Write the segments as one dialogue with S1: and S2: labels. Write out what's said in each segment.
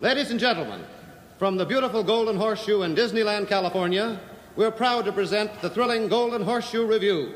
S1: Ladies and gentlemen, from the beautiful Golden Horseshoe in Disneyland, California, we're proud to present the thrilling Golden Horseshoe Review.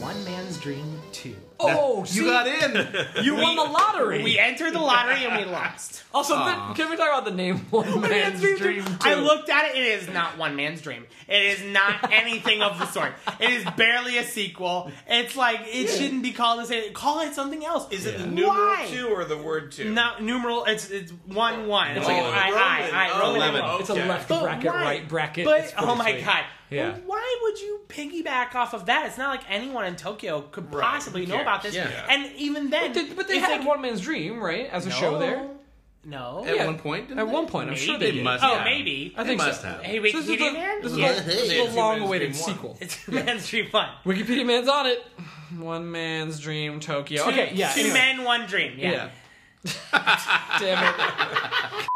S2: One man's dream two.
S3: Oh,
S4: You got in.
S3: it. You won the lottery.
S5: We entered the lottery and we lost.
S3: also, then, can we talk about the name One Man's
S5: Man's
S3: Dream? Two?
S5: I looked at it. It is not one man's dream. It is not anything of the sort. It is barely a sequel. It's like it shouldn't be called as a call it something else.
S4: Is it the
S5: Why?
S4: numeral two or the word two?
S5: Not numeral. It's it's one one. It's
S4: Oh,
S5: like an I
S4: Roman.
S5: I I
S4: Oh,
S5: Roman
S4: lemon.
S5: numeral.
S3: It's a
S4: Okay.
S3: left
S5: But
S3: bracket,
S5: why?
S3: right bracket. It's
S5: But
S3: pretty
S5: oh my
S3: sweet.
S5: god,
S3: Yeah.
S5: why would you piggyback off of that? It's not like anyone in Tokyo could
S4: Right,
S5: possibly
S4: who
S5: know about this.
S4: cares? Yeah.
S5: And even then,
S3: But they, but they
S5: it's
S3: had
S5: like,
S3: One Man's Dream, right? As a show
S5: no,
S3: there.
S5: No.
S4: At
S3: Yeah.
S4: one point. didn't
S3: At
S4: they?
S3: one point, I'm
S5: Maybe.
S3: sure they did.
S4: must
S5: Oh,
S4: have.
S5: maybe.
S3: I think
S4: They
S3: so.
S4: must have.
S5: Hey,
S3: So this is
S5: Wikipedia
S3: the,
S5: man.
S3: this is
S5: Yeah.
S3: the, this
S4: Two
S3: is
S4: Man's
S3: the long-awaited
S4: Dream one.
S3: sequel.
S5: It's Man's Dream One.
S3: Wikipedia man's on it. One man's dream, Tokyo. okay, yeah.
S5: Two
S3: anyway.
S5: men, one dream. Yeah.
S3: Yeah. Damn it.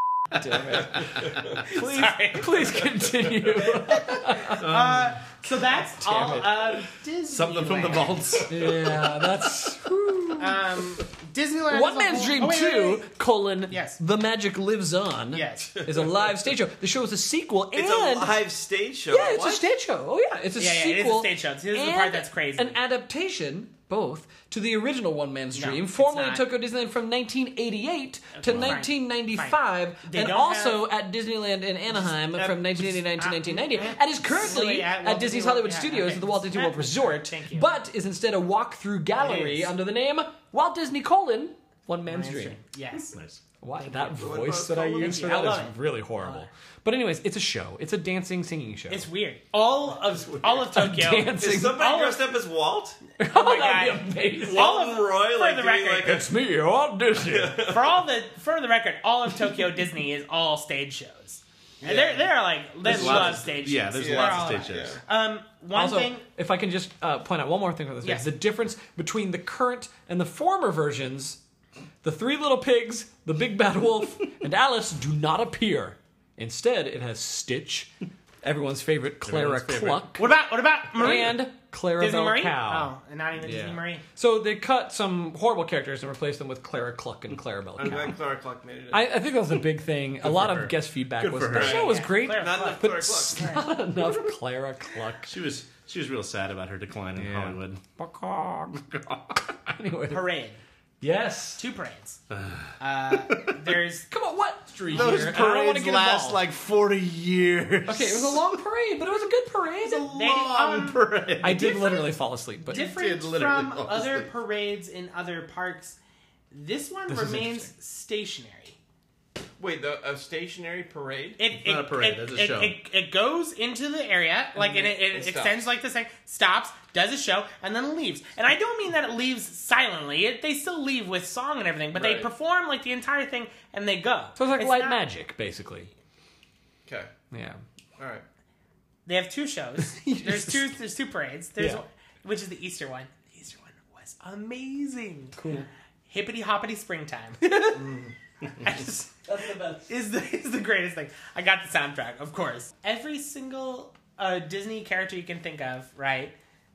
S3: Damn it. Please, please continue.
S5: Uh, so that's all of Disneyland.
S4: Something from the vaults.
S3: yeah, that's
S5: Um, Disneyland.
S3: One
S5: is a
S3: Man's
S5: whole-
S3: Dream
S5: Oh, wait,
S3: Two:
S5: wait, wait.
S3: colon
S5: Yes.
S3: The Magic Lives On
S5: Yes.
S3: is a live stage show. The show is a sequel and
S4: It's a live stage show.
S3: yeah, it's
S4: What?
S3: a stage show. Oh yeah, it's a
S5: Yeah, yeah, it is a
S3: sequel.
S5: stage show. This is the part
S3: and
S5: that's crazy.
S3: An adaptation, both to the original One Man's
S5: No,
S3: Dream,
S5: it's
S3: formerly
S5: not.
S3: Tokyo Disneyland from 1988 to
S5: fine.
S3: 1995,
S5: They
S3: and
S5: don't
S3: also at Disneyland in Anaheim
S5: uh,
S3: from 1989 to
S5: uh,
S3: 1990,
S5: uh,
S3: and is currently
S5: silly, at
S3: at,
S5: Walt
S3: Disney's
S5: Disney
S3: Hollywood
S5: World. Yeah,
S3: Studios
S5: okay.
S3: at the Walt Disney World
S5: Uh,
S3: Resort.
S5: thank you.
S3: But is instead a walk-through gallery
S5: Yes.
S3: under the name Walt Disney colon One Man's
S5: Man's
S3: Dream.
S5: Dream. Yes.
S3: Why that voice
S4: about
S3: that I
S4: Colin
S3: use for
S5: Hanks?
S3: that
S5: I love
S3: is really horrible. But anyways, it's a show. It's a dancing singing show.
S5: It's weird. All of all of Tokyo.
S3: dancing.
S4: Is somebody
S5: All of-
S4: dressed up as Walt?
S5: Oh my
S3: That'd
S5: god.
S3: be amazing.
S5: All
S4: Walt
S5: of-
S4: Roy,
S5: for
S4: like
S5: the
S4: doing
S5: record.
S4: like a
S3: It's me, Walt Disney.
S5: for all the for the record, all of Tokyo Disney is all stage shows. And There, there are like there's
S4: lots
S5: love
S4: of-
S5: stage shows.
S6: Yeah, there's
S5: They're
S6: lots
S5: all
S6: of
S5: out.
S6: stage shows.
S5: Um, one
S3: Also,
S5: thing.
S3: if I can just uh, point out one more thing for this,
S5: Yes.
S3: the difference between the current and the former versions, the Three Little Pigs, the Big Bad Wolf, and Alice do not appear. Instead, it has Stitch, everyone's favorite Clara
S4: Everyone's favorite.
S3: Cluck,
S5: What about what about Marie?
S3: and Clara
S5: Disney
S3: Belle
S5: Marie?
S3: Cow.
S5: Oh, and not even Disney Marie.
S3: So they cut some horrible characters and replaced them with Clara Cluck and Clara Belle
S4: I'm
S3: Cow.
S4: glad Clara Clark made it.
S3: I, I think that was a big thing. a lot of guest feedback was
S6: for
S3: the
S6: her.
S3: show was
S5: Yeah,
S3: great,
S5: Clara
S4: Not
S5: Cluck.
S4: enough
S3: but
S4: Clara Clark.
S3: it's not enough Clara Cluck.
S6: She was she was real sad about her decline in Hollywood.
S3: Oh,
S5: Oh,
S3: anyway,
S5: Parade.
S3: yes.
S5: Two parades. Uh, there's
S3: Come on, what? Street
S6: Those
S3: here, and I don't wanna
S6: parades
S3: get
S6: last
S3: involved.
S6: like forty years.
S3: Okay, it was a long parade, but it was a good parade.
S5: they,
S6: long
S5: um,
S6: parade.
S3: I did literally fall asleep, but
S5: different
S6: did literally
S5: from
S6: fall
S5: other
S6: asleep.
S5: parades in other parks. This one
S3: This is
S5: remains
S3: interesting.
S5: stationary.
S4: Wait, the, a stationary parade?
S5: It,
S6: not a parade,
S5: It,
S6: that's a
S5: it,
S6: show.
S5: It, it goes into the area, like, and it, it,
S4: it
S5: extends
S4: stops.
S5: like this, like, stops, does a show, and then leaves. And I don't mean that it leaves silently. It, they still leave with song and everything, but they
S4: Right.
S5: perform like the entire thing and they go.
S3: so it's like light
S5: not-
S3: magic, basically.
S4: Okay.
S3: Yeah.
S4: All right.
S5: They have two shows. there's two. There's two parades. There's
S3: Yeah.
S5: one, which is the Easter one. The Easter one was amazing. Cool. Hippity hoppity springtime. I just,
S3: That's the best.
S5: is the is the greatest thing. I got the soundtrack, of course. Every single uh, Disney character you can think of, right?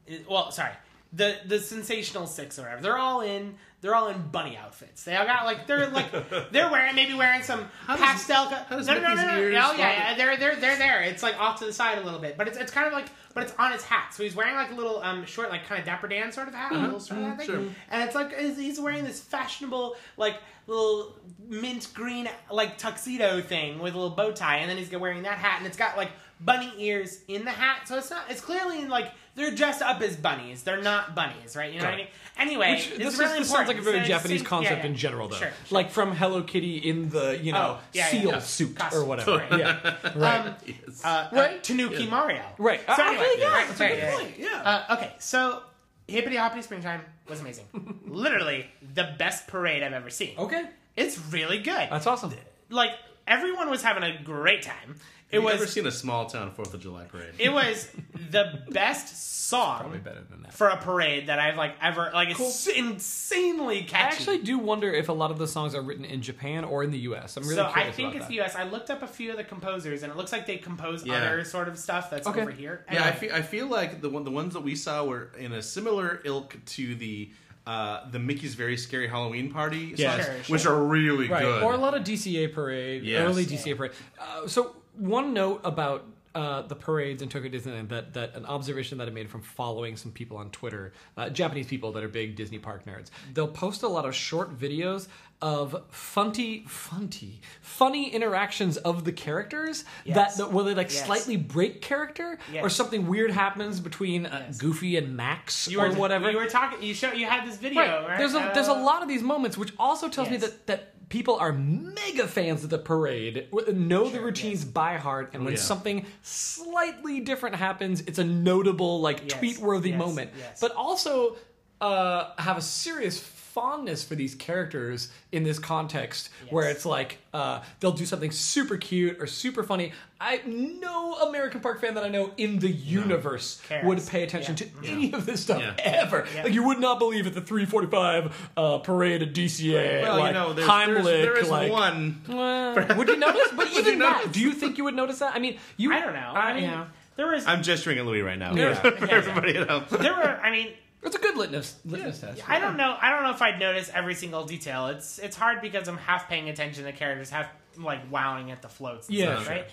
S5: is- well, sorry, the the Sensational Six or whatever. They're all in. They're all in bunny outfits. They all got like they're like they're wearing maybe wearing some pastel. co-
S6: does
S5: no, no, no, no,
S6: Mickey's
S5: no,
S6: ears
S5: no, yeah,
S6: fall-
S5: yeah, they're they're they're there. It's like off to the side a little bit, but it's it's kind of like but it's on his hat. So he's wearing like a little um short like kind of Dapper Dan sort of hat,
S6: Uh-huh.
S5: a little sort of
S6: Mm-hmm.
S5: hat thing.
S4: sure.
S5: And it's like he's- he's wearing this fashionable like little mint green like tuxedo thing with a little bow tie, and then he's wearing that hat, and it's got like bunny ears in the hat. So it's not it's clearly like they're dressed up as bunnies. They're not bunnies, right? You know what I
S3: Right.
S5: mean? Anyway,
S3: Which,
S5: it's
S3: this, is-
S5: really important.
S3: this sounds like a very
S5: It's
S3: Japanese
S5: yeah,
S3: concept
S5: yeah.
S3: in general, though.
S5: Sure, sure.
S3: Like from Hello Kitty in the you know
S5: Oh, yeah, yeah,
S3: seal
S5: yeah.
S3: suit or
S5: Costume,
S3: whatever.
S5: right.
S3: Yeah, right.
S5: Um,
S6: Yes.
S5: uh,
S3: Right?
S5: uh, Tanuki Mario.
S3: Right.
S5: So
S3: I- I
S5: anyway,
S3: think, yeah,
S5: right,
S3: that's a
S5: right,
S3: good
S5: right,
S3: point, yeah.
S5: Uh, okay, so Hippity Hoppity Springtime was amazing. Literally the best parade I've ever seen.
S3: okay,
S5: It's really good.
S3: that's awesome.
S5: like everyone was having a great time. It
S6: Have you ever
S5: was
S6: seen a small town Fourth of July parade?
S5: it was the best song
S3: Better than that.
S5: for a parade that I've like ever like it's insanely catchy.
S3: I actually do wonder if a lot of the songs are written in Japan or in the U.S. I'm really
S5: so I
S3: curious
S5: think
S3: about
S5: it's
S3: that.
S5: the U.S. I looked up a few of the composers, and it looks like they compose
S6: Yeah.
S5: other sort of stuff that's
S3: Okay.
S5: over here.
S6: yeah, I
S5: Anyway.
S6: feel I feel like the one the ones that we saw were in a similar ilk to the uh, the Mickey's Very Scary Halloween Party
S3: Yes.
S6: songs,
S5: Sure, sure.
S6: which are really
S3: right
S6: good.
S3: or a lot of dca parade
S6: Yes.
S3: early dca parade uh, so one note about uh, the parades in Tokyo Disneyland. That that an observation that I made from following some people on Twitter, uh, Japanese people that are big Disney park nerds. They'll post a lot of short videos of funny, funny, funny interactions of the characters.
S5: Yes.
S3: That, that where they like
S5: Yes.
S3: slightly break character, or
S5: Yes.
S3: something weird happens between uh, Goofy and Max
S5: You
S3: or
S5: were
S3: whatever.
S5: You were talking. You show. You had this video.
S3: Right.
S5: Right.
S3: There's a there's a
S5: Uh,
S3: lot of these moments, which also tells me
S5: Yes.
S3: that that people are mega fans of the parade, w- know the routines by heart, and when
S6: yeah.
S3: something slightly different happens, it's a notable like
S5: Yes,
S3: tweet worthy
S5: yes,
S3: moment.
S5: yes.
S3: But also uh, have a serious fondness for these characters in this context where it's like uh, they'll do something super cute or super funny i no american park fan that i know in the universe
S5: Cares.
S3: would pay attention
S5: Yeah.
S3: to any of this stuff
S6: Yeah.
S3: ever like you would not believe at the 345 uh, parade at DCA.
S6: well,
S3: like,
S6: you know, there's,
S3: Heimlich,
S6: there's, there is
S3: like,
S6: one.
S3: Well, would you notice? But
S6: Would
S3: even
S6: you
S3: that,
S6: notice?
S3: do you think you would notice that? I mean, you.
S5: I don't know. I, mean,
S3: yeah.
S5: there was.
S6: I'm gesturing at Louis right now.
S3: Yeah.
S6: For everybody at home.
S5: there were. I mean,
S3: It's a good litmus litmus test.
S5: I don't know. I don't know if I'd notice every single detail. It's it's hard because I'm half paying attention to characters, half like wowing at the floats. And
S3: Yeah,
S5: stuff,
S3: sure.
S5: right.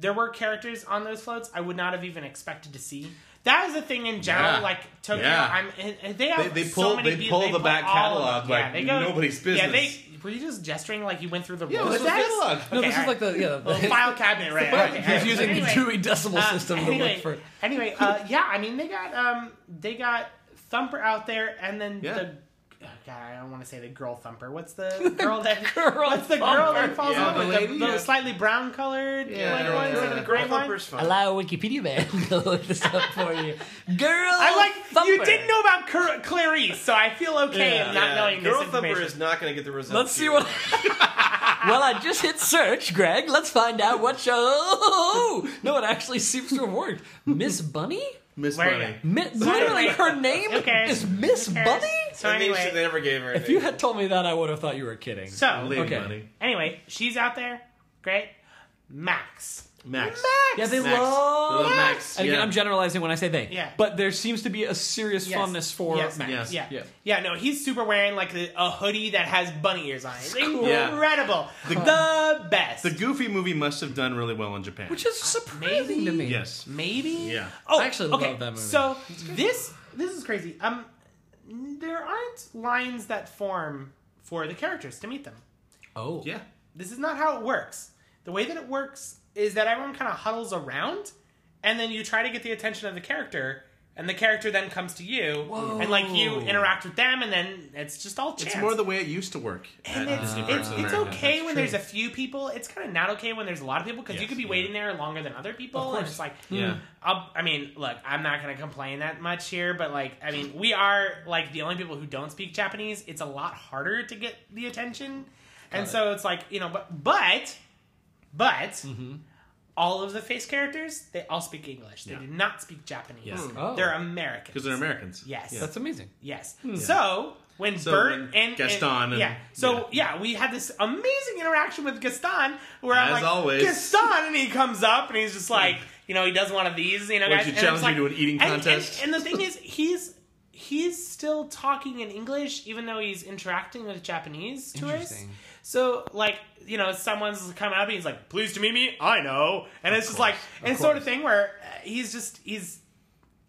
S5: There were characters on those floats I would not have even expected to see. That is the thing in general.
S6: Yeah.
S5: Like Tokyo,
S6: Yeah.
S5: I'm and- and they have
S6: They- they
S5: so
S6: pull-
S5: many.
S6: they
S5: people-
S6: pull the back
S5: all of them.
S6: catalog like nobody's
S5: Yeah, they
S6: business.
S5: were you just gesturing like you went through the
S6: Yeah,
S5: rows
S6: it's
S5: of this?
S6: catalog.
S3: No,
S5: Okay,
S3: this is
S5: alright.
S3: like the yeah.
S5: Well,
S3: The,
S5: file cabinet right. okay,
S3: He's
S5: alright.
S3: using
S5: Anyway.
S3: the Dewey Decimal
S5: Uh,
S3: System to
S5: anyway,
S3: look for.
S5: anyway, uh, yeah, I mean they got um they got Thumper out there, and then
S6: Yeah.
S5: the oh, God, I don't want to say the girl Thumper. What's the girl that?
S3: girl
S5: what's the girl that
S3: Thumper.
S5: falls
S4: Yeah,
S5: over
S4: the
S5: the,
S4: lady,
S5: the
S4: yeah.
S5: slightly brown colored like, ones
S4: Yeah.
S5: and the gray one?
S4: Thumper's fun.
S3: Wikipedia man to look this up for you, girl.
S5: I'm like you didn't know about Cur- Clarice, so I feel okay
S3: Yeah.
S5: in not
S4: Yeah,
S5: knowing
S4: Girl
S5: this
S4: Thumper
S5: information.
S4: is not going to get the results.
S3: Let's see
S4: here.
S3: what. well, I just hit search, Greg. Let's find out what show. No, it actually seems to have worked. Miss Bunny?
S6: Miss
S5: Where you
S6: Bunny.
S3: Mi- literally, her name
S5: Who cares?
S3: is Miss
S5: Who cares?
S3: Bunny?
S5: So
S4: That means
S5: anyway,
S4: they never gave her.
S3: If you had told me that, I would have thought you were kidding.
S5: so
S6: Lady
S3: Okay.
S6: Bunny.
S5: anyway, she's out there. Great, Max.
S6: Max.
S3: yeah, they
S6: Max.
S3: love.
S6: Little Max.
S3: And
S6: yeah.
S3: again, I'm generalizing when I say they.
S5: Yeah.
S3: But there seems to be a serious
S5: Yes.
S3: fondness for
S5: Yes.
S3: Max.
S6: Yes.
S5: Yeah.
S3: Yeah.
S5: yeah. no, he's super wearing like a, a hoodie that has bunny ears on it. It's
S6: Yeah.
S5: incredible. The, best.
S6: the Goofy movie must have done really well in Japan.
S3: Which is surprising to me.
S5: Maybe.
S6: yes.
S5: Maybe?
S6: Yeah.
S5: Oh,
S3: I actually
S5: okay.
S3: love that movie.
S5: So this this is crazy. Um there aren't lines that form for the characters to meet them.
S3: Oh.
S6: Yeah.
S5: This is not how it works. The way that it works is that everyone kind of huddles around and then you try to get the attention of the character and the character then comes to you and like you interact with them and then it's just all chance.
S6: It's more the way it used to work.
S5: And
S6: at
S5: it's,
S6: Disney
S5: it's,
S6: parks in
S5: it's
S6: America.
S5: okay when
S6: That's
S5: there's a few people. It's kind of not okay when there's a lot of people because you
S6: Yes,
S5: could be
S6: yeah.
S5: waiting there longer than other people. And it's like, "Hmm,
S6: true. Yeah.
S5: I'll, I mean, look, I'm not going to complain that much here, but like, I mean, we are like the only people who don't speak Japanese. It's a lot harder to get the attention. and so it's like, you know, but, but, but
S6: Mm-hmm.
S5: all of the face characters, they all speak English. They
S6: Yeah.
S5: do not speak Japanese.
S6: Yeah.
S3: Oh.
S5: They're Americans.
S6: Because they're Americans.
S5: Yes.
S6: Hmm. Yeah.
S3: That's amazing.
S5: Yes. So when Bert
S6: when
S5: and
S6: Gaston and-
S5: yeah, so yeah. we had this amazing interaction with Gaston where I'm
S6: As
S5: like,
S6: always. Hmm.
S5: Gaston, and he comes up and he's just like, you know, he does one of these, you know,
S6: Why
S5: guys,
S6: don't
S5: and
S6: you
S5: it's
S6: challenge
S5: like,
S6: me to an eating
S5: and- and-
S6: contest?
S5: And, the thing is, he's he's still talking in English even though he's interacting with Japanese tourists.
S3: Interesting.
S5: So like you know, someone's coming up and he's like, "Pleased to meet me." I know, and it's just like, and it's sort of thing where uh, he's just he's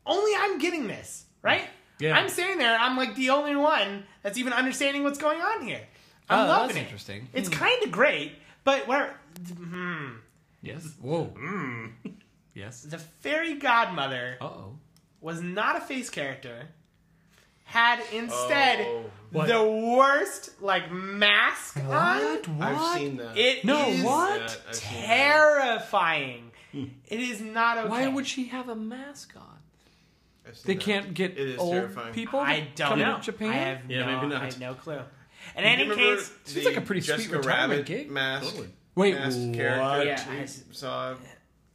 S5: only I'm getting this, right?
S3: Yeah.
S5: I'm sitting there, I'm like the only one that's even understanding what's going on here. I'm
S3: Oh,
S5: loving
S3: that's
S5: it.
S3: interesting.
S5: It's kind of great, but where hmm,
S3: Yes. Whoa.
S6: Hmm.
S3: Yes.
S5: the fairy godmother
S3: Uh oh.
S5: was not a face character, had instead
S4: Oh.
S3: What?
S5: the worst like mask on.
S3: What? What?
S4: I've seen that.
S5: It
S3: No,
S5: is
S3: what?
S4: Yeah, I've seen that.
S5: terrifying. It is not okay.
S3: Hmm. Why would she have a mask on?
S4: I've seen
S3: They
S4: that.
S3: can't get
S4: It is
S3: old
S4: terrifying.
S3: people. to
S5: I don't
S3: come
S5: know.
S3: To Japan.
S5: I have
S6: Yeah,
S5: no,
S6: maybe not.
S5: I have no clue. In
S4: Do you
S5: any
S4: remember
S5: case,
S4: the
S3: Seems like a pretty sweet
S4: Jessica
S3: retirement
S4: Rabbit
S3: gig.
S4: Mask,
S6: Totally.
S3: Wait,
S4: mask
S3: what?
S4: character.
S5: Yeah,
S4: we
S5: I-
S4: saw.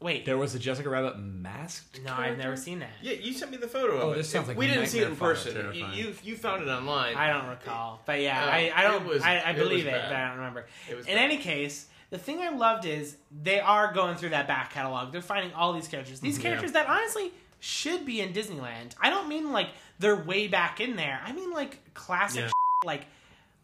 S5: wait.
S3: There was a Jessica Rabbit masked.
S5: No, I've never seen that.
S4: Yeah, you sent me the photo
S3: Oh,
S4: of it.
S3: this sounds
S4: It-
S3: like
S4: we didn't see it in
S3: nightmare
S6: fodder.
S4: person. You,
S6: Terrifying.
S4: you you found it online.
S5: I don't recall, but yeah,
S4: Uh,
S5: I, I don't.
S4: it was-
S5: I, I
S4: it was
S5: believe it,
S4: bad.
S5: but I don't remember.
S4: It was
S5: In
S4: bad.
S5: any case, the thing I loved is they are going through that back catalog. They're finding all these characters. These characters that honestly should be in Disneyland. I don't mean like they're way back in there. I mean like classic
S6: Yeah.
S5: like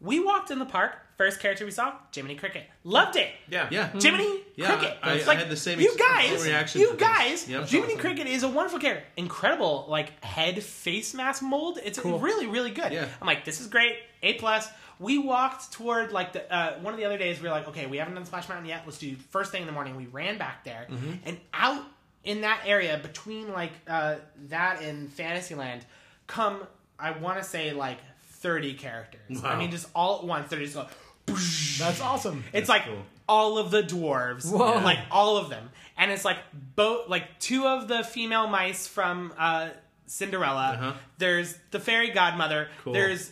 S5: we walked in the park, first character we saw, Jiminy Cricket. Loved it.
S4: Yeah.
S6: Yeah.
S5: Mm-hmm. Jiminy
S6: Yeah,
S5: Cricket.
S6: I-
S5: It's
S6: I
S5: like,
S6: had the same
S5: You
S6: ex-
S5: guys,
S6: reaction
S5: you
S6: to this.
S5: guys.
S6: Yeah, that's
S5: Jiminy
S6: awesome.
S5: Cricket is a wonderful character. Incredible, like head face mask mold. It's really, really good.
S6: Yeah.
S5: I'm like, this is great. A plus. We walked toward like the uh, one of the other days. We were like, okay, we haven't done Splash Mountain yet. Let's do first thing in the morning. We ran back there
S6: Mm-hmm.
S5: and out in that area between like uh, that and Fantasyland. Come, I want to say like 30 characters. I
S6: Wow.
S5: mean, just all at once. They're just going.
S2: That's awesome.
S5: It's like
S6: cool.
S5: all of the dwarves,
S3: Whoa.
S5: like all of them, and it's like both like two of the female mice from uh, Cinderella.
S6: Uh-huh.
S5: There's the fairy godmother.
S6: Cool.
S5: There's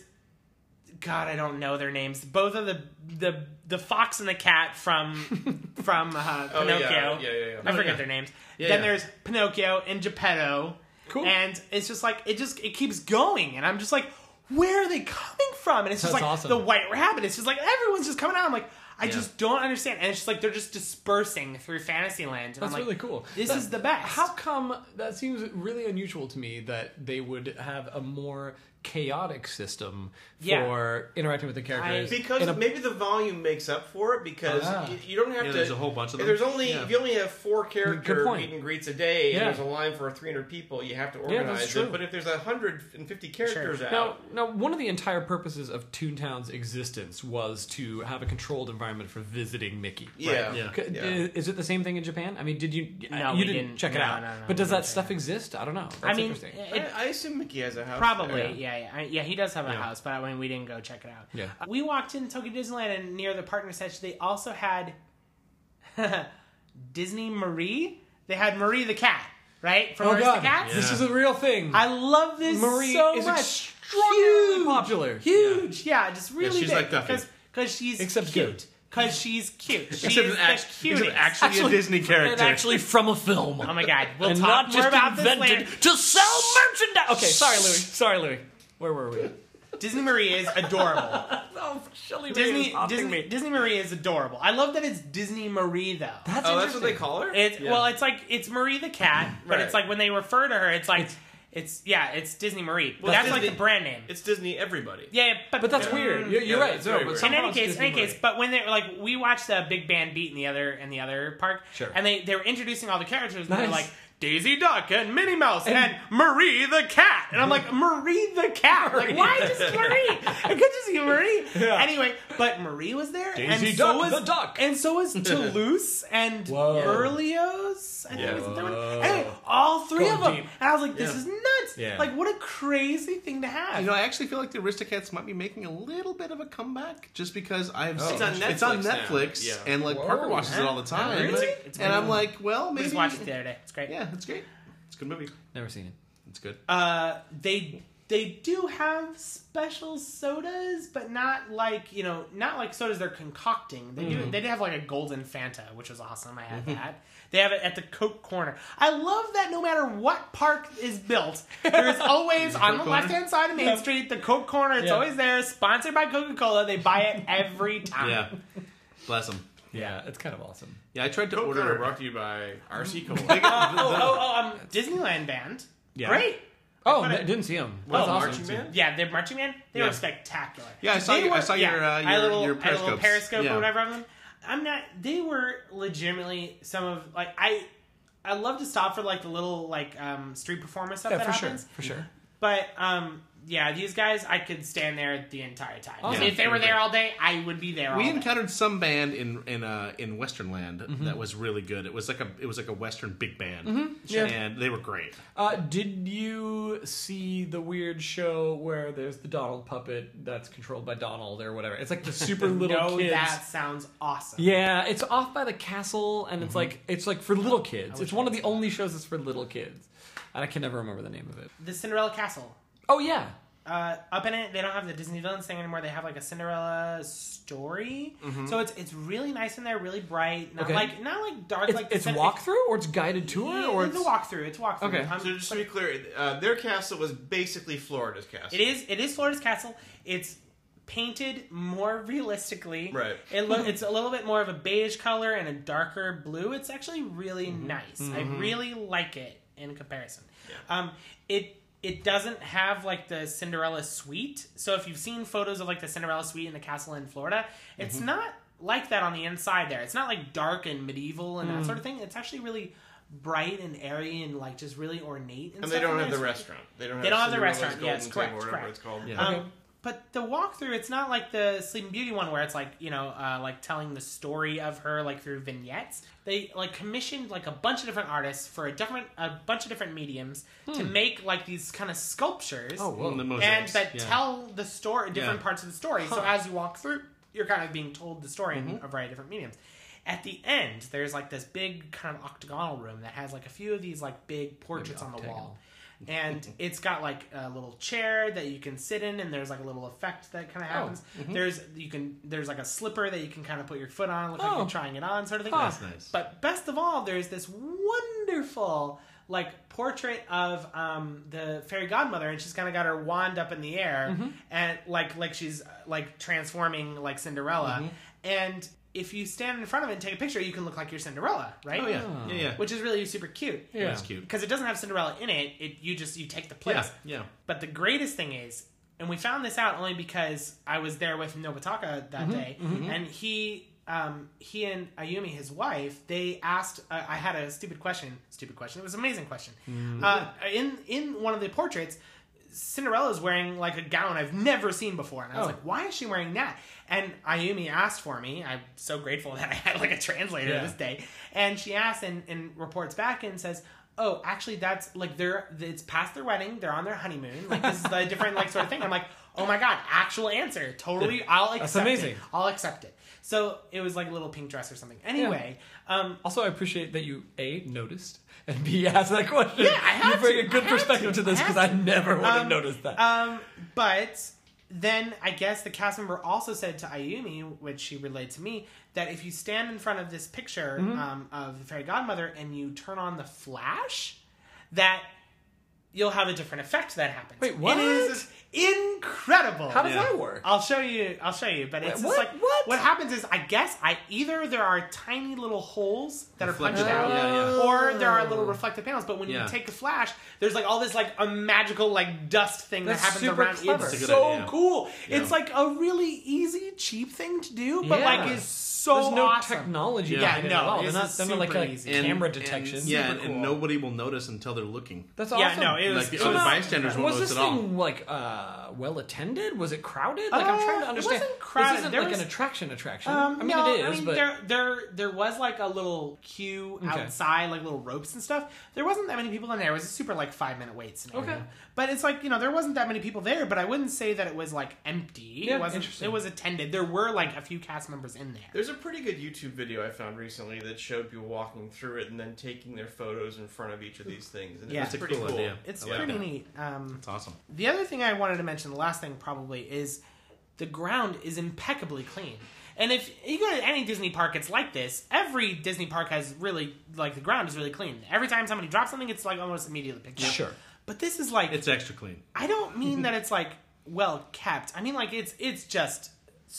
S5: God, I don't know their names. Both of the the the fox and the cat from from uh,
S4: Oh, yeah.
S5: Pinocchio.
S4: Yeah, yeah, yeah.
S5: I
S4: Oh,
S5: forget
S6: yeah.
S5: their names.
S6: Yeah,
S5: then
S6: yeah.
S5: there's Pinocchio and Geppetto.
S3: Cool.
S5: And it's just like it just it keeps going, and I'm just like, where are they coming from? And it's just
S3: That's
S5: like
S3: awesome.
S5: the white rabbit. It's just like everyone's just coming out. I'm like, I
S6: Yeah.
S5: just don't understand. And it's just like they're just dispersing through Fantasyland. And
S3: That's
S5: I'm like,
S3: really cool.
S5: This
S3: That-
S5: is the best.
S3: How come that seems really unusual to me that they would have a more chaotic system
S5: Yeah.
S3: for interacting with the characters?
S4: Because
S3: in Hmm. a-
S4: maybe the volume makes up for it. Because
S3: Ah.
S4: y- you don't have
S6: Yeah,
S4: to.
S6: there's a whole bunch of
S4: if
S6: them.
S4: There's only
S6: Yeah.
S4: if you only have four
S3: Good
S4: character
S3: point.
S4: meet and greets a day,
S3: Yeah.
S4: and there's a line for 300 people. You have to
S3: that's
S4: organize
S3: true.
S4: it. But if there's 150 characters out,
S3: now, now, one of the entire purposes of Toontown's existence was to have a controlled environment for visiting Mickey.
S4: yeah,
S6: Right, yeah.
S3: C-
S4: yeah.
S3: Is, it the same thing in Japan? I mean, did you?
S5: No,
S3: you
S5: we
S3: didn't,
S5: didn't.
S3: check it
S5: No,
S3: out.
S5: no, no,
S3: but does
S5: we
S3: that
S5: didn't.
S3: stuff exist? I don't know. That's
S5: I mean, uh,
S3: interesting.
S5: it,
S4: I, I assume Mickey has a house.
S5: Probably,
S4: there.
S5: yeah, yeah, I- yeah. He does have a house, but I mean, we didn't go check it out.
S3: Yeah.
S5: Uh, we walked in Tokyo Disneyland, and near the partner section, they also had Disney Marie. They had Marie the cat, right? From
S3: oh
S5: Maurice
S3: God,
S5: the Cat.
S3: this is a real thing.
S5: I love this
S3: Marie
S5: so
S3: is
S5: much.
S3: extraordinarily
S5: Huge,
S3: popular.
S5: Huge, yeah. just really
S6: she's
S5: big.
S6: like Duffy.
S5: because she's
S3: Except
S5: cute. Because she's cute. She's
S6: Except, an
S5: the
S6: act-
S5: cutest.
S6: except actually,
S3: Actually-
S6: a Disney
S3: and
S6: character.
S3: actually from a film.
S5: oh my god, we'll
S3: and
S5: talk
S3: not
S5: more
S3: just
S5: about this
S3: invented
S5: later.
S3: to sell merchandise. Okay, sorry, Louis. Sorry, Louis. Where were we?
S5: Disney Marie is adorable.
S3: Oh, Shelly
S5: Disney Disney, Disney Marie is adorable. I love that it's Disney Marie though.
S3: That's
S4: Oh, that's
S3: interesting.
S4: what they call her.
S5: It's well, it's like it's Marie the cat, but
S4: Right.
S5: it's like when they refer to her, it's like it's, yeah, it's Disney Marie. Well, that's,
S4: That's
S5: like
S4: Disney-
S5: the brand name.
S4: It's Disney. Everybody.
S5: yeah, yeah, but
S3: But that's
S5: um,
S3: weird. You're, you're
S4: yeah,
S3: right.
S4: it's
S3: No,
S4: very
S3: but
S4: weird.
S5: In
S3: somehow
S5: any
S3: it's
S5: case, in
S3: Disney
S5: any case,
S3: Marie.
S5: but when they like we watched the Big Band Beat in the other in the other park,
S3: Sure.
S5: and they they were introducing all the characters, and they're
S3: Nice.
S5: like Daisy Duck and Minnie Mouse and, Marie the cat, and I'm like Marie the cat, like why just Marie? I could just see Marie. Anyway, but Marie was there,
S3: Daisy
S5: and
S3: Duck
S5: so was
S3: the duck.
S5: and so was Toulouse and
S3: Whoa.
S5: Berlioz. I think
S6: Yeah.
S5: it's the third one. Anyway, all three
S3: Going
S5: of them,
S3: deep.
S5: and I was like, this
S6: Yeah.
S5: is nuts.
S3: Yeah.
S5: Like what a crazy thing to have.
S6: You know, I actually feel like the Aristocats might be making a little bit of a comeback just because I've seen
S4: It's on
S6: it's on
S4: Netflix now.
S6: Netflix,
S4: Yeah.
S6: and like Parker watches it all the time.
S5: Really? It's- it's
S6: and
S5: good.
S6: I'm like, well,
S5: we
S6: maybe
S5: just watched it the other day. It's great.
S6: Yeah, it's great. It's a good movie.
S3: Never seen it.
S6: It's good.
S5: Uh, they they do have special sodas, but not like you know, not like sodas they're concocting. They
S6: Mm-hmm.
S5: do. They did have like a golden Fanta, which was awesome. I had that. They have it at the Coke corner. I love that no matter what park is built, there is always on the
S6: Coke corner?
S5: left hand side of Main Street the Coke corner. It's
S3: Yeah.
S5: always there, sponsored by Coca Cola. They buy it every time.
S6: yeah, bless him.
S3: Yeah, it's kind of awesome.
S6: Yeah, I tried to
S4: Coke Corner
S6: order.
S4: brought to you by RC Cola.
S6: They got-
S5: Oh, oh, oh, um, Disneyland band.
S3: Yeah.
S5: Great.
S3: Oh,
S5: put
S3: I
S5: it-
S3: didn't see him.
S4: Oh,
S3: That's awesome.
S4: Marching Band?
S5: Yeah, the marching band. They were
S6: Yeah.
S5: spectacular.
S6: Yeah, I saw
S5: They
S6: your- I
S5: were-
S6: saw your, uh,
S5: I had a
S6: your-
S5: little,
S6: your
S5: I had a little
S6: periscopes.
S5: periscope
S6: Yeah.
S5: or whatever of them. I'm not. They were legitimately some of like I. I love to stop for like the little like um, street performer stuff
S3: Yeah,
S5: that
S3: for sure.
S5: happens.
S3: For sure.
S5: But um, yeah, these guys, I could stand there the entire time.
S3: Awesome.
S5: If they were there all day, I would be there. all
S6: We
S5: day.
S6: encountered some band in in uh, in Western Land that was really good. It was like a it was like a Western big band,
S3: Sure.
S6: and they were great.
S3: Uh, did you see the weird show where there's the Donald puppet that's controlled by Donald or whatever? It's like the super little
S5: No,
S3: kids.
S5: that sounds awesome.
S3: Yeah, it's off by the castle, and it's like it's like for little kids. It's
S5: Mm-hmm. I
S3: one of the only shows that's for little kids, and I can never remember the name of it.
S5: The Cinderella Castle.
S3: Oh yeah,
S5: uh, up in it. They don't have the Disney villains thing anymore. They have like a Cinderella story. So it's it's really nice in there, really bright. Not
S3: Mm-hmm. Okay.
S5: like not like dark.
S3: it's,
S5: like
S3: it's
S5: Cin-
S3: walkthrough or it's guided tour
S5: Yeah,
S3: or
S5: it's
S3: it's
S5: a walkthrough. It's a walkthrough.
S3: Okay.
S5: I'm-
S4: So just to be clear, uh, their castle was basically Florida's castle.
S5: it is it is Florida's castle. It's painted more realistically.
S4: Right.
S5: It lo- it's a little bit
S4: Mm-hmm.
S5: more of a beige color and a darker blue. It's actually really nice. I really like it. in comparison. Um, it it doesn't have like the Cinderella suite. So if you've seen photos of like the Cinderella suite in the castle in Florida, it's
S4: Mm-hmm.
S5: not like that on the inside there. It's not like dark and medieval
S4: Mm.
S5: and that sort of thing. It's actually really bright and airy and like just really ornate. And,
S4: And they
S5: stuff
S4: don't
S5: in
S4: have the
S5: there.
S4: restaurant. They don't have,
S5: They don't have the
S4: Cinderella's
S5: restaurant.
S4: Golden
S5: Yes,
S4: Table
S5: correct,
S4: or whatever
S5: correct.
S4: it's called.
S6: Yeah.
S4: Um,
S5: Um, But the walkthrough, it's not like the Sleeping Beauty one where it's like you know, uh, like telling the story of her like through vignettes. They like commissioned like a bunch of different artists for a different a bunch of different mediums to make like these kind of sculptures
S6: Well, the
S5: and
S6: mosaics.
S5: that
S6: yeah.
S5: tell the story different
S6: Yeah.
S5: parts of the story. So as you walk through, you're kind of being told the story
S6: Mm-hmm.
S5: in a variety of different mediums. At the end, there's like this big kind of octagonal room that has like a few of these like big portraits on the wall. And it's got like a little chair that you can sit in, and there's like a little effect that
S6: Oh,
S5: kind of happens.
S6: mm-hmm.
S5: There's you can there's like a slipper that you can kind of put your foot on, look like
S3: Oh.
S5: you're trying it on, sort of thing.
S3: That's
S6: nice.
S5: But best of all, there's this wonderful like portrait of um, the fairy godmother, and she's kind of got her wand up in the air,
S6: Mm-hmm.
S5: and like like she's uh, like transforming like Cinderella.
S6: Mm-hmm.
S5: And if you stand in front of it and take a picture, you can look like you're Cinderella, right?
S6: Oh yeah, yeah, yeah.
S5: Which is really super cute.
S3: Yeah.
S6: That's cute.
S5: Because it doesn't have Cinderella in it, it you just you take the place.
S6: Yeah, yeah.
S5: But the greatest thing is, and we found this out only because I was there with Nobutaka that
S6: Mm-hmm,
S5: day, and he. Um, he and Ayumi, his wife, they asked. Uh, I had a stupid question. Stupid question. It was an amazing question.
S6: Mm-hmm.
S5: Uh, in in one of the portraits, Cinderella's wearing like a gown I've never seen before, and I was
S3: Oh.
S5: like, "Why is she wearing that?" And Ayumi asked for me. I'm so grateful that I had like a translator
S3: Yeah.
S5: this day. And she asks and, and reports back and says, "Oh, actually, that's like they're it's past their wedding. They're on their honeymoon. Like this is a different like sort of thing." I'm like, "Oh my god, actual answer. Totally, I'll accept
S3: amazing.
S5: it. I'll accept it." So it was like a little pink dress or something. Anyway, um,
S3: Also, I appreciate that you a noticed and b asked that question.
S5: Yeah, I had
S3: You bring
S5: to.
S3: a good
S5: I had
S3: perspective
S5: to.
S3: to this
S5: I had
S3: because I
S5: to.
S3: never would have
S5: Um,
S3: noticed that.
S5: Um, but then I guess the cast member also said to Ayumi, which she relayed to me, that if you stand in front of this picture
S3: Mm-hmm.
S5: um, of the fairy godmother and you turn on the flash, that you'll have a different effect that happens.
S3: Wait, what?
S5: It is incredible.
S3: How does
S6: yeah.
S3: that work?
S5: I'll show you. I'll show you. But it's
S3: Wait,
S5: just
S3: what?
S5: like
S3: What?
S5: happens is I guess I either there are tiny little holes that are punched
S6: Reflected
S5: out,
S6: out, yeah, yeah.
S5: or there are little reflective panels. But when
S6: Yeah.
S5: you take a flash, there's like all this like a magical like dust thing
S3: That's
S5: that happens
S3: super
S5: around.
S3: clever.
S5: It's
S3: That's
S6: a good
S5: so
S6: idea.
S5: cool.
S6: Yeah.
S5: It's like a really easy, cheap thing to do, but
S3: Yeah.
S5: like is so
S3: There's no
S5: awesome.
S3: technology.
S6: Yeah.
S3: behind
S5: Yeah,
S3: it at
S5: no,
S3: all.
S5: this
S3: They're not,
S5: is
S3: they're not like,
S5: super
S3: like
S5: easy.
S6: And-
S3: camera
S6: and-
S3: detection.
S6: yeah,
S5: Super cool.
S6: and nobody will notice until they're looking.
S3: That's
S5: Yeah,
S3: awesome.
S5: no, it was
S6: Like the
S5: it
S6: other
S5: was-
S6: bystanders won't
S3: was
S6: notice
S3: this
S6: at all.
S3: thing like uh, well attended? Was it crowded? Like I'm
S5: Uh,
S3: trying to
S5: it
S3: understand.
S5: wasn't crowded.
S3: This isn't
S5: There
S3: like
S5: was-
S3: an attraction. Attraction.
S5: Um,
S3: I mean,
S5: no,
S3: it is,
S5: I mean,
S3: but
S5: there, there, there was like a little queue outside, like little ropes and stuff. There wasn't that many people in there. It was a super like five minute wait scenario.
S3: Okay.
S5: but it's like you know there wasn't that many people there. But I wouldn't say that it was like empty.
S3: Yeah,
S5: it wasn't.
S3: interesting.
S5: It was attended. There were like a few cast members in there.
S4: There's a pretty good YouTube video I found recently that showed people walking through it and then taking their photos in front of each of these things. And
S5: Yeah.
S4: it's
S5: That's
S6: a
S4: pretty
S6: cool
S4: cool.
S6: idea.
S5: It's
S6: I
S3: Oh,
S6: like
S5: pretty
S6: that.
S5: neat. Um,
S6: It's awesome.
S5: the other thing I wanted to mention, the last thing probably, is the ground is impeccably clean. And if you go to any Disney park, it's like this. Every Disney park has really like the ground is really clean. Every time somebody drops something, it's like almost immediately picked up.
S3: Sure.
S5: But this is like
S6: It's extra clean.
S5: I don't mean that it's like well kept. I mean like it's it's just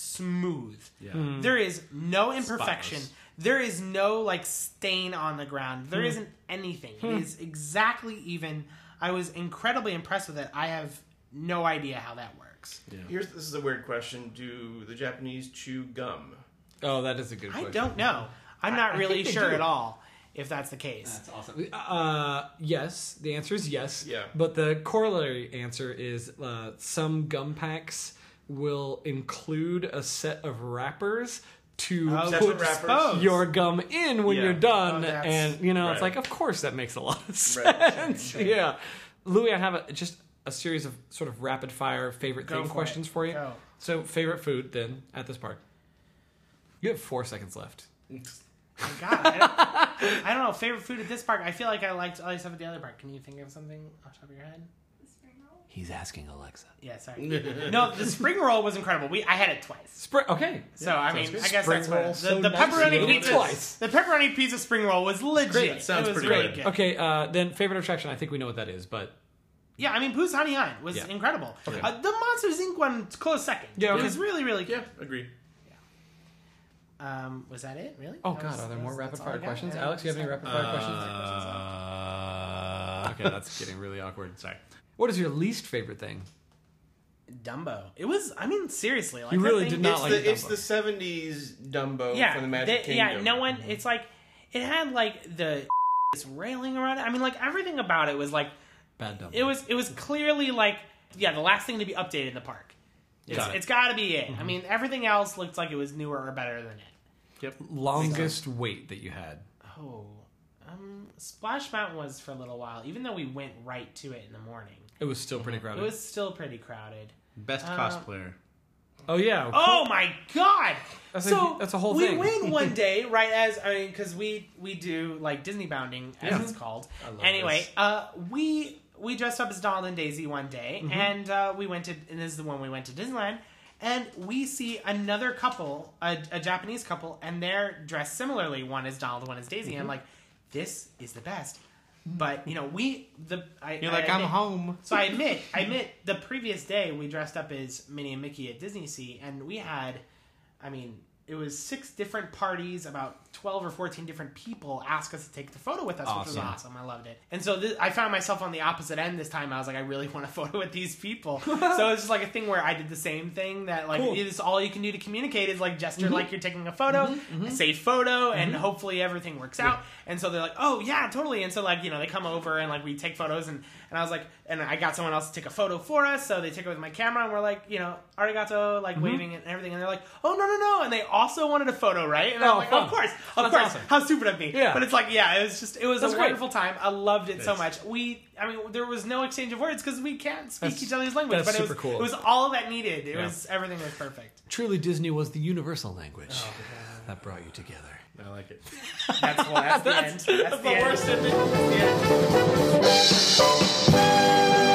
S5: smooth.
S6: Yeah.
S5: There is no imperfection.
S6: Spotless.
S5: There is no like stain on the ground.
S3: Hmm.
S5: There not anything. It is exactly even. I was incredibly impressed with it. I have no idea how that works.
S4: Here's this is a weird question: Do the Japanese chew gum?
S3: oh, that is a good.
S5: I
S3: question.
S5: don't know. I'm not
S3: I
S5: really
S3: think they
S5: sure
S3: do.
S5: at all if that's the case.
S3: That's awesome. Uh, yes, the answer is yes.
S4: Yeah.
S3: But the corollary answer is uh, some gum packs will include a set of wrappers to
S5: Oh,
S4: That's
S5: Put
S4: what rappers.
S5: dispose.
S3: your gum in when
S4: Yeah.
S3: you're done,
S5: Oh, that's-
S3: and you know it's
S4: Right.
S3: like, of course that makes a lot of sense.
S4: Right.
S3: Yeah, Louis, I have a, just a series of sort of rapid fire favorite
S5: Go
S3: thing
S5: for
S3: questions
S5: it.
S3: for you.
S5: Go.
S3: So, favorite food then at this park? You have four seconds left.
S5: Oh, God, I don't, I don't know. Favorite food at this park? I feel like I liked all the stuff at the other park. Can you think of something off the top of your head?
S3: He's asking Alexa.
S5: Yeah, sorry. no, the spring roll was incredible. We I had it twice.
S3: Spring. Okay.
S5: So I mean,
S3: good.
S5: I guess
S3: Spring
S5: that's what
S3: roll,
S5: the,
S3: so
S5: the
S3: nice.
S5: pepperoni
S3: You ate
S5: pizza.
S3: twice.
S5: The pepperoni pizza spring roll was legit.
S6: Great. Sounds
S5: it was
S6: pretty
S5: really
S6: good.
S5: good.
S3: Okay, uh, then favorite attraction. I think we know what that is, but
S5: Yeah, I mean, Pooh's Honey Hunt was
S3: Yeah.
S5: incredible. Uh, the Monsters Inc. one close second.
S3: Yeah,
S5: it
S3: okay.
S5: was really really good.
S6: Yeah, agree.
S5: Um, was that it? Really?
S3: oh
S5: That
S3: god,
S5: was-
S3: are there
S5: that
S3: more
S5: was-
S3: rapid
S5: that's all I Uh,
S3: fire
S5: got.
S3: questions?
S5: Yeah,
S3: Alex, you have any
S5: just-
S3: rapid fire questions?
S6: Uh,
S3: okay, that's getting really awkward.
S6: Sorry.
S3: What is your least favorite thing?
S5: Dumbo. It was. I mean, seriously, like
S3: You
S5: that
S3: really
S5: thing-
S3: did not
S4: It's
S3: like
S4: the, it's
S3: Dumbo.
S4: the 70s Dumbo
S5: yeah,
S4: from the Magic
S5: they-
S4: Kingdom.
S5: Yeah, no one. It's like it had like the railing around it. I mean, like everything about it was like
S3: Bad Dumbo.
S5: it was. It was clearly like yeah, the last thing to be updated in the park. It's
S3: Got it. Mm-hmm.
S5: it's got to be it. I mean, everything else looked like it was newer or better than it.
S3: longest wait that you had.
S5: Oh, um, Splash Mountain was for a little while, even though we went right to it in the morning.
S3: It was still pretty
S5: Uh-huh. It
S3: crowded.
S5: was still pretty crowded.
S6: Best cosplayer.
S3: oh yeah.
S5: Oh my god!
S3: That's a
S5: so
S3: hu- that's a whole
S5: we
S3: thing.
S5: win one day, right? As I mean, because we we do like Disney bounding, as
S3: Yeah.
S5: it's called.
S3: love
S5: Anyway,
S3: this.
S5: uh, we we dressed up as Donald and Daisy one day,
S3: Mm-hmm.
S5: and uh, we went to and this is the one we went to Disneyland, and we see another couple, a, a Japanese couple, and they're dressed similarly. One is Donald, one is Daisy.
S3: Mm-hmm.
S5: And I'm like, this is the best. But you know, we the I,
S6: You're
S5: I
S6: like, I'm
S5: admit-
S6: home.
S5: so I admit, I admit, the previous day we dressed up as Minnie and Mickey at Disney Sea, and we had, I mean, it was six different parties, about twelve or fourteen different people asked us to take the photo with us, which was
S3: Awesome.
S5: awesome. I loved it. And so this, I found myself on the opposite end this time. I was like, I really want a photo with these people. so it was just like a thing where I did the same thing that like
S3: Cool. Mm-hmm.
S5: it's all you can do to communicate is like gesture like you're taking a photo, say photo, and hopefully everything works out. And so they're like, oh yeah, totally. And so like you know they come over and like we take photos and and I was like and I got someone else to take a photo for us. So they took it with my camera and we're like you know arigato
S3: Mm-hmm.
S5: like waving and everything. And they're like, oh no no no. And they also wanted a photo, right? And
S3: Oh,
S5: I'm like,
S3: fun.
S5: of course, of
S3: That's
S5: course.
S3: awesome.
S5: How stupid of me.
S3: Yeah.
S5: But it's like yeah, it was just it was
S3: That's
S5: a
S3: great.
S5: wonderful time. I loved it so much. We I mean there was no exchange of words because we can't speak
S3: That's-
S5: each other's language.
S3: that's
S5: but it was
S3: super cool.
S5: it was all that needed. It
S3: Yeah.
S5: was everything was perfect.
S3: Truly, Disney was the universal language that brought you together.
S6: I like it.
S5: That's, well, that's the end. That's the, end.
S3: ending.
S5: That's the end.